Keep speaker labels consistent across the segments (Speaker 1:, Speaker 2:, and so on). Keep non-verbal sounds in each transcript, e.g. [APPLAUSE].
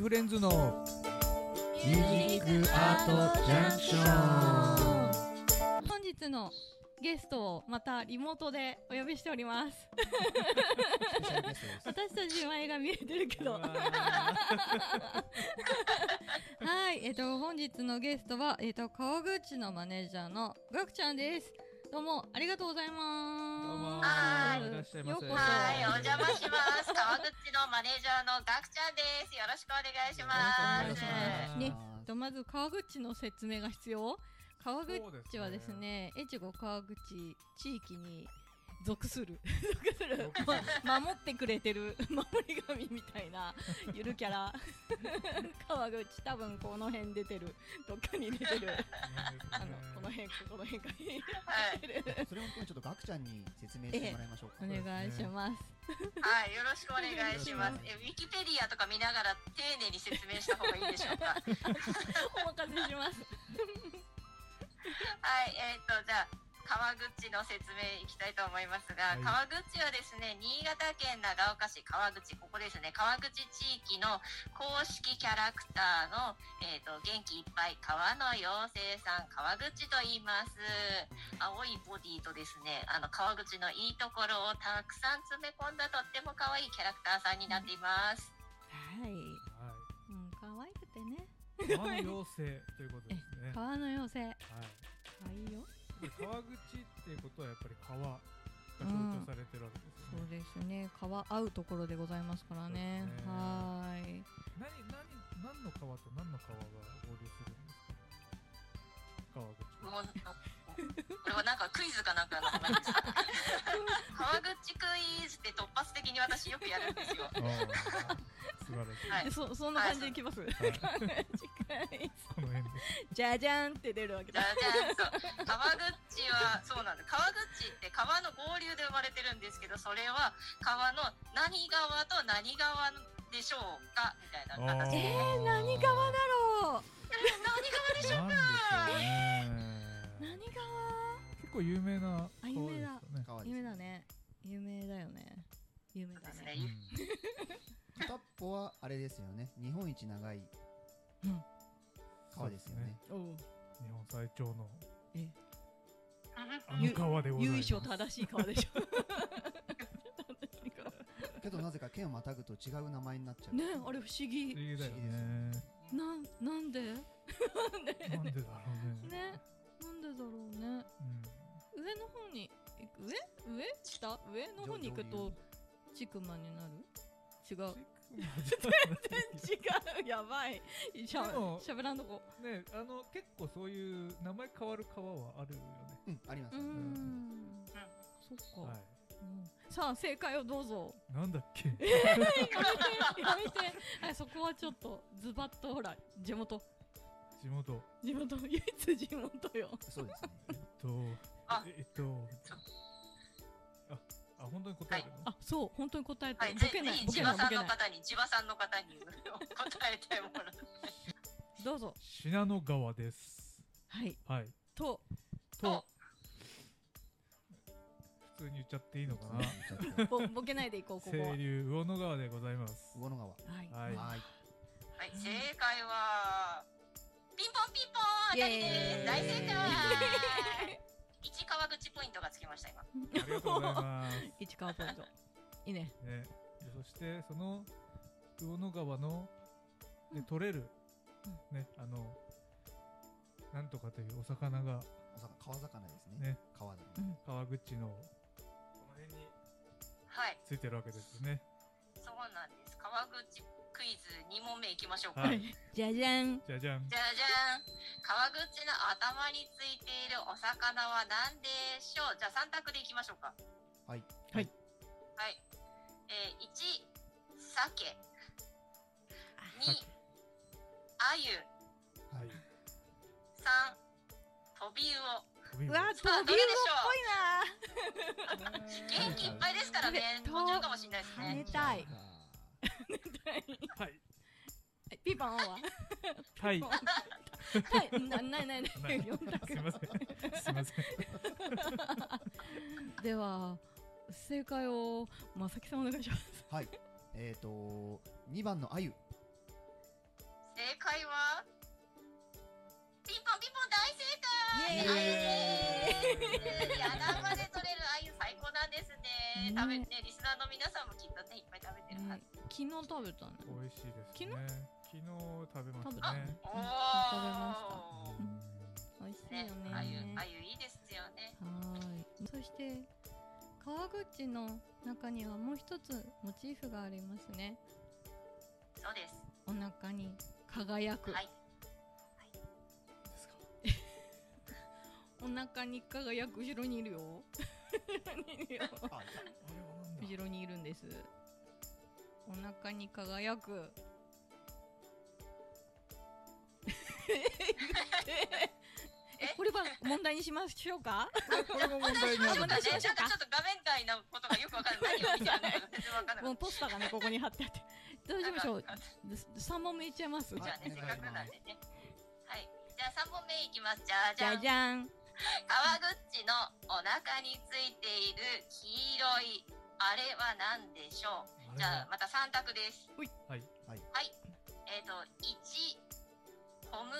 Speaker 1: フレンズの
Speaker 2: ミュージックアートジャンクショ
Speaker 3: 本日のゲストをまたリモートでお呼びしており [LAUGHS] ます。私たち前が見えてる [LAUGHS] けど。はい、えっ、と本日のゲストはえっ、と川口のマネージャーのガクちゃんです。どうもありがとうございます。
Speaker 1: どうもいらっしゃいませ
Speaker 3: ようこそ
Speaker 2: はい、お邪魔します。川口のマネージャーのガクちゃんです。よろしくお願いし
Speaker 1: よ
Speaker 2: ま
Speaker 1: ろしくお願いし
Speaker 2: す。
Speaker 3: ね、とまず川口の説明が必要。川
Speaker 1: そうです
Speaker 3: 口
Speaker 1: ね
Speaker 3: はですね、越後川口地域に属す [LAUGHS] る属する、ま守ってくれてる守り神みたいなゆるキャラ川口多分この辺出てるどっかに出てるあのこの辺この辺かに
Speaker 2: はい、
Speaker 3: 出てる
Speaker 4: それも今日ちょっとガクちゃんに説明してもらいましょうか。
Speaker 3: お願いします。
Speaker 2: はい、よろしくお願いします。え、ウィキペディアとか見ながら、丁寧に説明した方がいいでしょうか。
Speaker 3: お任せします。
Speaker 2: はい、えっ、と、じゃあ、川口の説明いきたいと思いますが、
Speaker 1: はい
Speaker 2: 川口はですね、新潟県長岡市川口、ここですね、川口地域の公式キャラクターの、えっ、と、元気いっぱい川の妖精さん、川口と言います。青いボディとですね、あの、川口のいいところをたくさん詰め込んだとっても可愛いキャラクターさんになっています。
Speaker 3: はい、うん可愛くてね、
Speaker 1: 川の妖精ということですね。は
Speaker 3: 川の妖精
Speaker 1: い。
Speaker 3: 可愛いよ。
Speaker 1: 川口っていうことはやっぱり川が象徴されてるわけです
Speaker 3: そ
Speaker 1: よ
Speaker 3: う
Speaker 1: ね。
Speaker 3: ですね川合うところでございますからね
Speaker 1: そうです
Speaker 3: は
Speaker 1: ね
Speaker 3: ーい
Speaker 1: 何何何の川と何の川が合流するんですか。川口。
Speaker 2: もう、これはなんかクイズかなんかの話 [LAUGHS] ですか川口クイズって突発的に私よくやるんですよ。
Speaker 1: ああ、素晴らしい。
Speaker 2: はい
Speaker 3: でそそんな感じでいきます、
Speaker 1: はい
Speaker 3: 近い
Speaker 1: この辺で。
Speaker 3: じゃじゃんって出るわけ
Speaker 2: じゃ
Speaker 3: だ
Speaker 2: あじゃあそう川口はそうなんです川口って川の合流で生まれてるんですけどそれは川の何川と何川でしょうかみたいな形で
Speaker 3: えー、何川だろ
Speaker 2: 何川でしょう
Speaker 1: なん
Speaker 3: う
Speaker 1: でしょうね
Speaker 3: 何。川
Speaker 1: 結構有名な
Speaker 3: あ
Speaker 1: 川
Speaker 3: 有名だ
Speaker 1: ですよね。
Speaker 4: 可愛い
Speaker 3: 有名だ。ね有名だよね有名だ
Speaker 2: です
Speaker 3: ね
Speaker 2: ね
Speaker 4: 片っぽはあれですよね。日本一長い
Speaker 3: うん
Speaker 4: 川ですよね。
Speaker 3: おう
Speaker 1: うん日本最長の
Speaker 3: え
Speaker 1: あの川でござい
Speaker 3: 由
Speaker 1: ま
Speaker 3: 緒
Speaker 1: す。
Speaker 3: 正しい川でしょ正しい川
Speaker 4: けどなぜか県をまたぐと違う名前になっちゃう。
Speaker 3: ねあれ不思
Speaker 1: 不思
Speaker 3: 議
Speaker 1: 議だよね。
Speaker 3: なんなんでなんで
Speaker 1: なんでだろうね。
Speaker 3: ねなんでだろうね
Speaker 1: うん。
Speaker 3: 上の方に行く上上下上の方に行くとちくまになる違う違うやばいしゃ
Speaker 1: でも
Speaker 3: しゃべらんとこ
Speaker 1: ねあの結構そういう名前変わる川はあるよね。
Speaker 4: うん、ありま
Speaker 3: う
Speaker 4: す
Speaker 3: ー
Speaker 4: よね。
Speaker 3: んそっか、
Speaker 1: は
Speaker 3: うんさあ正解をどう [LAUGHS] ぞ
Speaker 1: い。なんだっけ。
Speaker 3: やめてやめてはいそこはちょっとズバッとほら地元
Speaker 1: 地元。
Speaker 3: 地元唯一地元よ
Speaker 4: そうですね。
Speaker 1: えっと。
Speaker 2: あ
Speaker 1: ええっと。あ、あ本当に答えるの。
Speaker 3: あそう本当に答えて、
Speaker 2: はい、
Speaker 3: ボ
Speaker 2: ぜ
Speaker 3: ケない
Speaker 2: ひ
Speaker 3: ボケ
Speaker 2: 千
Speaker 3: な
Speaker 2: 葉
Speaker 3: いボ
Speaker 2: さん
Speaker 3: ケな
Speaker 2: の
Speaker 3: い
Speaker 2: 方に千葉さんの方に答えてもらう
Speaker 3: どうぞ
Speaker 1: 信濃川です。
Speaker 3: はい
Speaker 1: はい。
Speaker 3: と
Speaker 1: と。普通に言っちゃっていいのかな。
Speaker 4: ちょっと
Speaker 3: ぼボケないでいこうここは
Speaker 1: 清流魚野川でございます。
Speaker 4: 魚の
Speaker 3: はい、
Speaker 1: はい
Speaker 4: 川。はい。
Speaker 2: はい正解はピンポンピンポン当たりです大正解一川口ポイントがつきました今
Speaker 1: ありがとうございます。
Speaker 3: 市川ポイントいいね
Speaker 1: ね、でそしてその魚野川の、で取れる、ねあのなんとかというお魚が
Speaker 4: お魚川魚ですね。
Speaker 1: ね
Speaker 4: 川だね。
Speaker 1: 川口のこの辺に
Speaker 2: はい
Speaker 1: ついてるわけですよね。
Speaker 2: そうなんです川口クイズ2問目いきましょうか、
Speaker 1: はい
Speaker 3: じゃじゃん
Speaker 1: じゃじゃん
Speaker 2: じ。ゃじゃん川口の頭についているお魚は何でしょうじゃあ3択でいきましょうか
Speaker 4: はい。
Speaker 3: はい
Speaker 2: はい、えー、1鮭2アユ
Speaker 1: はい。
Speaker 2: 3トビウオ
Speaker 1: お見
Speaker 3: う
Speaker 1: 事
Speaker 3: わ、
Speaker 2: さあ
Speaker 3: ト
Speaker 2: ど
Speaker 3: ビウオ
Speaker 2: れ
Speaker 3: っ
Speaker 2: で
Speaker 1: です
Speaker 2: しょう元気いっぱいですからね
Speaker 3: トビ
Speaker 2: 途中かもしれないです
Speaker 3: ぽいな。跳ね
Speaker 2: ね
Speaker 3: たい。
Speaker 1: はい。
Speaker 3: ピーパンオンは。
Speaker 1: はい。
Speaker 3: はい、な、ないないな。
Speaker 1: ないい
Speaker 3: 四択
Speaker 1: すいません。すいません。
Speaker 3: では、正解を、まさきさんお願いします。
Speaker 4: はい。えっと、二番の鮎
Speaker 2: 解はピンポンピンポン大正
Speaker 3: イエーイ
Speaker 2: 解あゆです穴場で取れるあゆ最高なんです
Speaker 3: ね
Speaker 2: ね食べてリスナーの皆さんもきっとねいっぱい食べてるはず、
Speaker 3: 昨日食べたね
Speaker 1: 美味しいですね昨日食べましたね
Speaker 2: お
Speaker 3: あ
Speaker 2: お
Speaker 1: うん
Speaker 3: 美味しいよ
Speaker 2: ね
Speaker 3: ね、
Speaker 2: あゆあゆいいですよね
Speaker 3: はーいそして川口の中にはもう一つモチーフがありますね
Speaker 2: そうです
Speaker 3: お腹に輝く、
Speaker 2: はい
Speaker 1: ですか
Speaker 3: お腹に輝く後ろにいるよ [LAUGHS]
Speaker 4: あ
Speaker 1: あれはなんだ
Speaker 3: 後ろにいるんですお腹に輝く [LAUGHS] えこれは問題にしましょうか
Speaker 1: これも問題にな
Speaker 3: あ
Speaker 1: る
Speaker 3: 問
Speaker 2: なんか
Speaker 3: 題
Speaker 2: ね
Speaker 3: しまし
Speaker 2: ち
Speaker 3: ょうか
Speaker 2: ょっとちょっと画面外のことがよくわかんない何を見てるのか全然わかんな
Speaker 3: も
Speaker 2: いう
Speaker 3: ポスターがねここに貼ってあってどうしましょう
Speaker 2: なんか
Speaker 3: 3問目いっちゃいます
Speaker 2: じゃあね、
Speaker 4: お
Speaker 2: せっ
Speaker 4: 願い
Speaker 2: か
Speaker 4: します
Speaker 2: くなんでね。はい。じゃあ3本目いきます。じゃあ
Speaker 3: じ
Speaker 2: じ
Speaker 3: ゃ
Speaker 2: ゃあ
Speaker 3: じゃん
Speaker 2: 川口のお腹についている黄色いあれは何でしょう
Speaker 1: あれ
Speaker 2: じゃあま
Speaker 1: は
Speaker 2: た3択です。
Speaker 1: はい
Speaker 2: えっ、と、1、小麦、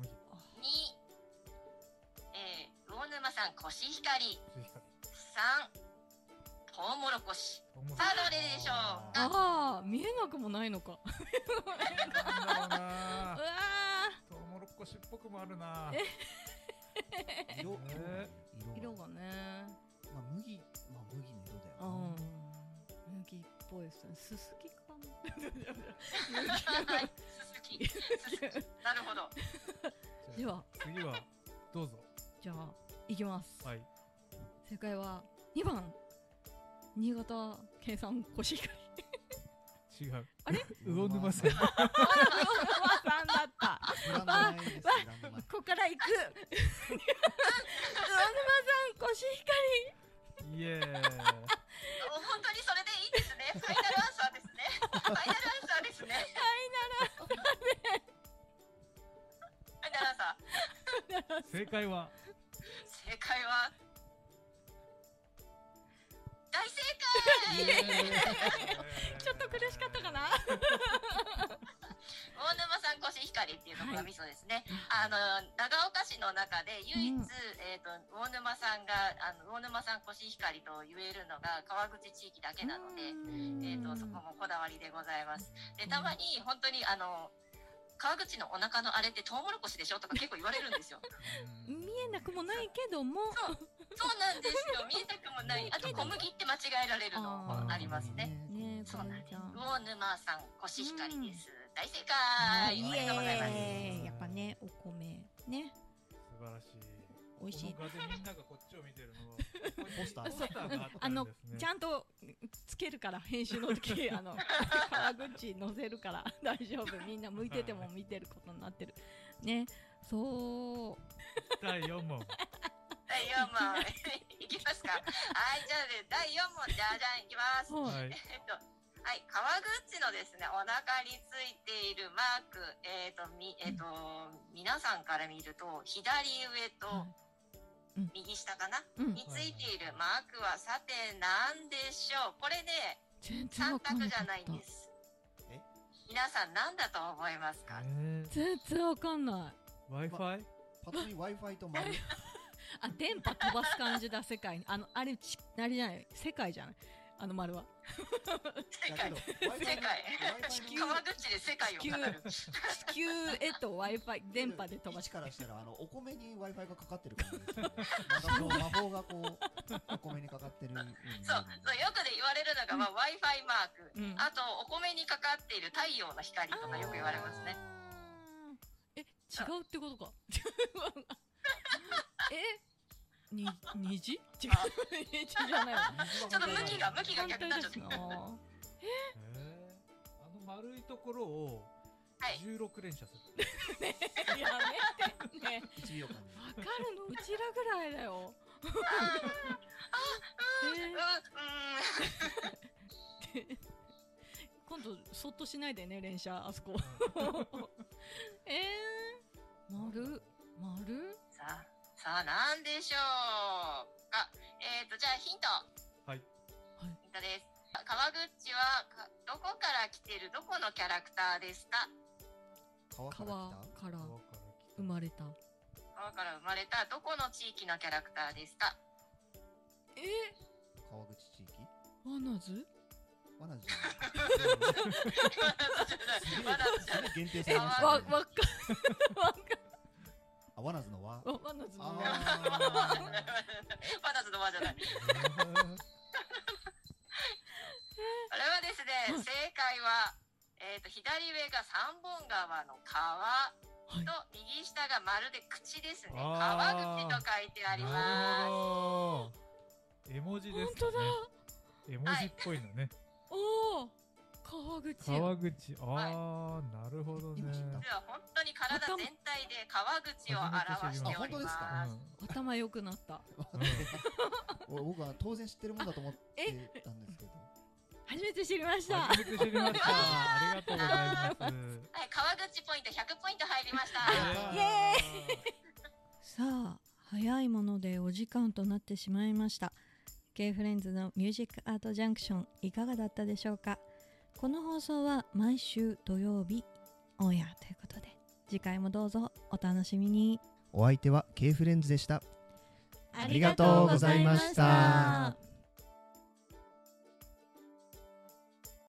Speaker 2: 2、
Speaker 1: 小麦
Speaker 2: えー、魚沼さんコシヒカリ、
Speaker 1: コシヒカリ
Speaker 2: 3、トウモロコ [LAUGHS] シ。
Speaker 1: トウモロコシ
Speaker 2: さあどれでしょうか
Speaker 3: ああ見えなくもないのか
Speaker 1: なんだろう
Speaker 3: うわ
Speaker 1: なトウモロコシっぽくもあるな
Speaker 4: 色
Speaker 1: え
Speaker 3: ー
Speaker 4: 色
Speaker 3: [LAUGHS] 色
Speaker 4: が
Speaker 3: がね
Speaker 4: まあ麦まあ麦の色だ
Speaker 3: う
Speaker 4: よ
Speaker 3: ん
Speaker 4: ね
Speaker 3: 麦っぽいですねすすきかな [LAUGHS]
Speaker 2: はい、鈴木。鈴木。なるほど。
Speaker 3: では
Speaker 1: 次はどうぞ
Speaker 3: じゃあいきます
Speaker 1: はい
Speaker 3: 正解は2番新潟県産コシ [LAUGHS] ヒカリ
Speaker 1: 違う
Speaker 3: あれ
Speaker 1: 魚沼
Speaker 3: [LAUGHS]
Speaker 1: さん
Speaker 4: ブ
Speaker 3: さんだった
Speaker 4: ランド前ですブランド前
Speaker 3: [LAUGHS] ここから行く [LAUGHS] 魚沼さんコシヒカ
Speaker 1: イエーイ
Speaker 2: 本当にそれでいいですね。ファイナルアンサーですね。ファイナルアンサーですね。ファイナルアンサー。
Speaker 1: 正解は
Speaker 2: 正解は大正解
Speaker 3: [LAUGHS] リちょっと苦しかったか [LAUGHS] な
Speaker 2: 大沼さんコシヒカリっていうのが
Speaker 3: はい
Speaker 2: ミソですね、あの長岡市の中で唯一、えー、と大沼さんがあの大沼さんコシヒカリと言えるのが川口地域だけなので、えー、とそこもこだわりでございます。でたまに本当にあの川口のお腹のあれってトウモロコシでしょとか結構言われるんですよ。
Speaker 3: 見えなくもないけども
Speaker 2: そうなんですよ。見えたくもない。あと小麦って間違えられるの
Speaker 3: あ
Speaker 2: も [LAUGHS] ありますね。
Speaker 3: ねえ
Speaker 2: そうなんです
Speaker 3: 小麦ち
Speaker 2: 魚沼さんコシヒカリです。大正
Speaker 3: ゃん
Speaker 2: 解。
Speaker 3: イ
Speaker 2: おめで
Speaker 3: エ
Speaker 2: とうございます。
Speaker 3: ーイやっぱねお米ね
Speaker 1: 素晴らしい
Speaker 3: 美味しい
Speaker 1: この画でみんながこっちを見てるのはこ
Speaker 3: [LAUGHS]
Speaker 1: こに
Speaker 4: ポスター
Speaker 1: ポスターがあった
Speaker 3: あ
Speaker 1: ん
Speaker 3: の
Speaker 1: ですね
Speaker 3: ちゃんとつけるから編集の
Speaker 2: [LAUGHS]
Speaker 3: 時あの川口載せるから大丈夫みんな向いてても見てることになってるねそう
Speaker 1: 第4問
Speaker 2: 第四問いきますか。はい、じゃあね第四問じゃあじゃんいきます。
Speaker 3: そう
Speaker 1: はい
Speaker 2: えっと、はい、川口のですね、お腹についているマーク、えっ、と、み、えっ、と、皆さんから見ると、左上と
Speaker 3: うん
Speaker 2: 右下かな、
Speaker 3: うん
Speaker 2: についているマークは、さて、何でしょうこれね、
Speaker 3: 全然わ
Speaker 2: 三
Speaker 3: かんな
Speaker 2: 択じ
Speaker 3: か
Speaker 2: ゃ
Speaker 3: っ
Speaker 2: ないん
Speaker 3: た
Speaker 2: です
Speaker 4: え。
Speaker 2: 皆さん、何だと思いますか
Speaker 1: え
Speaker 3: 全然わかんない
Speaker 1: ー Wi-Fi
Speaker 4: パッと見 Wi-Fi と丸
Speaker 3: あ電波飛ばす感じだ世界にあのあれちあれじゃない世界じゃないあの丸は
Speaker 2: [LAUGHS] 世界。世界。
Speaker 4: 地
Speaker 2: 川口で世界を語る。
Speaker 3: 地球へと w i f i 電波で飛ば
Speaker 4: 位
Speaker 3: し
Speaker 4: 置からしたらあのお米に Wi-Fi がかかってる感じですよね。なんかこう魔法がこうお米にかかってるように見える。
Speaker 2: そう、そうよくで言われるのが、まあ、Wi-Fi マーク。
Speaker 3: うん
Speaker 2: あと、お米にかかっている太陽の光とかよく言われますね。
Speaker 3: え違うってことか [LAUGHS] えに虹違う
Speaker 2: あ
Speaker 3: 虹じゃないわ
Speaker 2: ちょっと向きが、向きが
Speaker 3: 反
Speaker 2: 逆
Speaker 3: 対
Speaker 2: になっ
Speaker 3: で
Speaker 2: ちゃっ
Speaker 3: す
Speaker 2: た。
Speaker 3: な
Speaker 1: えーあの丸いところを
Speaker 2: はい
Speaker 1: 16連射す
Speaker 2: [LAUGHS]
Speaker 3: やめてね
Speaker 4: 一秒間に。
Speaker 3: わかるのうちらぐらいだよ
Speaker 2: うん、う
Speaker 3: え
Speaker 2: ん、
Speaker 3: 今度そっとしないでね連射あそ [LAUGHS] こえー、丸丸
Speaker 2: さあ、さあ、なんでしょうか。えっ、と、じゃあ、ヒント。
Speaker 1: は
Speaker 3: は
Speaker 1: い
Speaker 3: い
Speaker 2: ヒントです。川口は、かどこから来てる、どこのキャラクターですか。
Speaker 4: 川
Speaker 3: 川
Speaker 4: か
Speaker 3: か
Speaker 4: 来
Speaker 3: らら
Speaker 1: 川から来た
Speaker 3: 生まれた
Speaker 2: 川から生まれたどこの地域のキャラクターですか
Speaker 3: え
Speaker 4: た川口地域
Speaker 3: ー、ワナズ
Speaker 4: わなじ
Speaker 2: わらずじゃない
Speaker 4: すげえ限定さ
Speaker 3: え
Speaker 4: れ
Speaker 3: わ
Speaker 4: まし
Speaker 2: あー
Speaker 4: た
Speaker 3: わ
Speaker 4: ね
Speaker 2: [LAUGHS]
Speaker 3: かわか
Speaker 4: あわなずのわ
Speaker 3: わワナズのわ
Speaker 4: あ
Speaker 2: わらずの輪じゃない
Speaker 4: ー
Speaker 2: これはです
Speaker 3: は
Speaker 2: ね
Speaker 3: い
Speaker 2: 正解は、えー、と左上が三本川の川
Speaker 3: はい
Speaker 2: と右下がまるで口ですね
Speaker 1: あー
Speaker 2: 川口と書いてあり
Speaker 1: な
Speaker 2: ます
Speaker 1: るほど絵文字で
Speaker 3: 本
Speaker 1: すか
Speaker 3: 当だ
Speaker 1: ね絵文字っぽいのね
Speaker 3: おお川口
Speaker 1: 川口ああなるほどね
Speaker 4: 今知った
Speaker 2: 実は本当に体全体で川口を表しており
Speaker 4: あ
Speaker 2: ます
Speaker 1: うん
Speaker 3: 頭良くなった
Speaker 4: 俺僕は当然知ってるもんだと思ってたんですけど
Speaker 3: 初めて知りました
Speaker 1: 初めて知りましたありがとうございます
Speaker 2: はい、川口ポイント100ポイント入りました。
Speaker 4: イエ
Speaker 5: さあ早いものでお時間となってしまいました K フレンズのミュージックアートジャンクションいかがだったでしょうかこの放送は毎週土曜日オンエアということで次回もどうぞお楽しみに
Speaker 4: お相手は K フレンズでした
Speaker 5: あ
Speaker 4: りがとうございました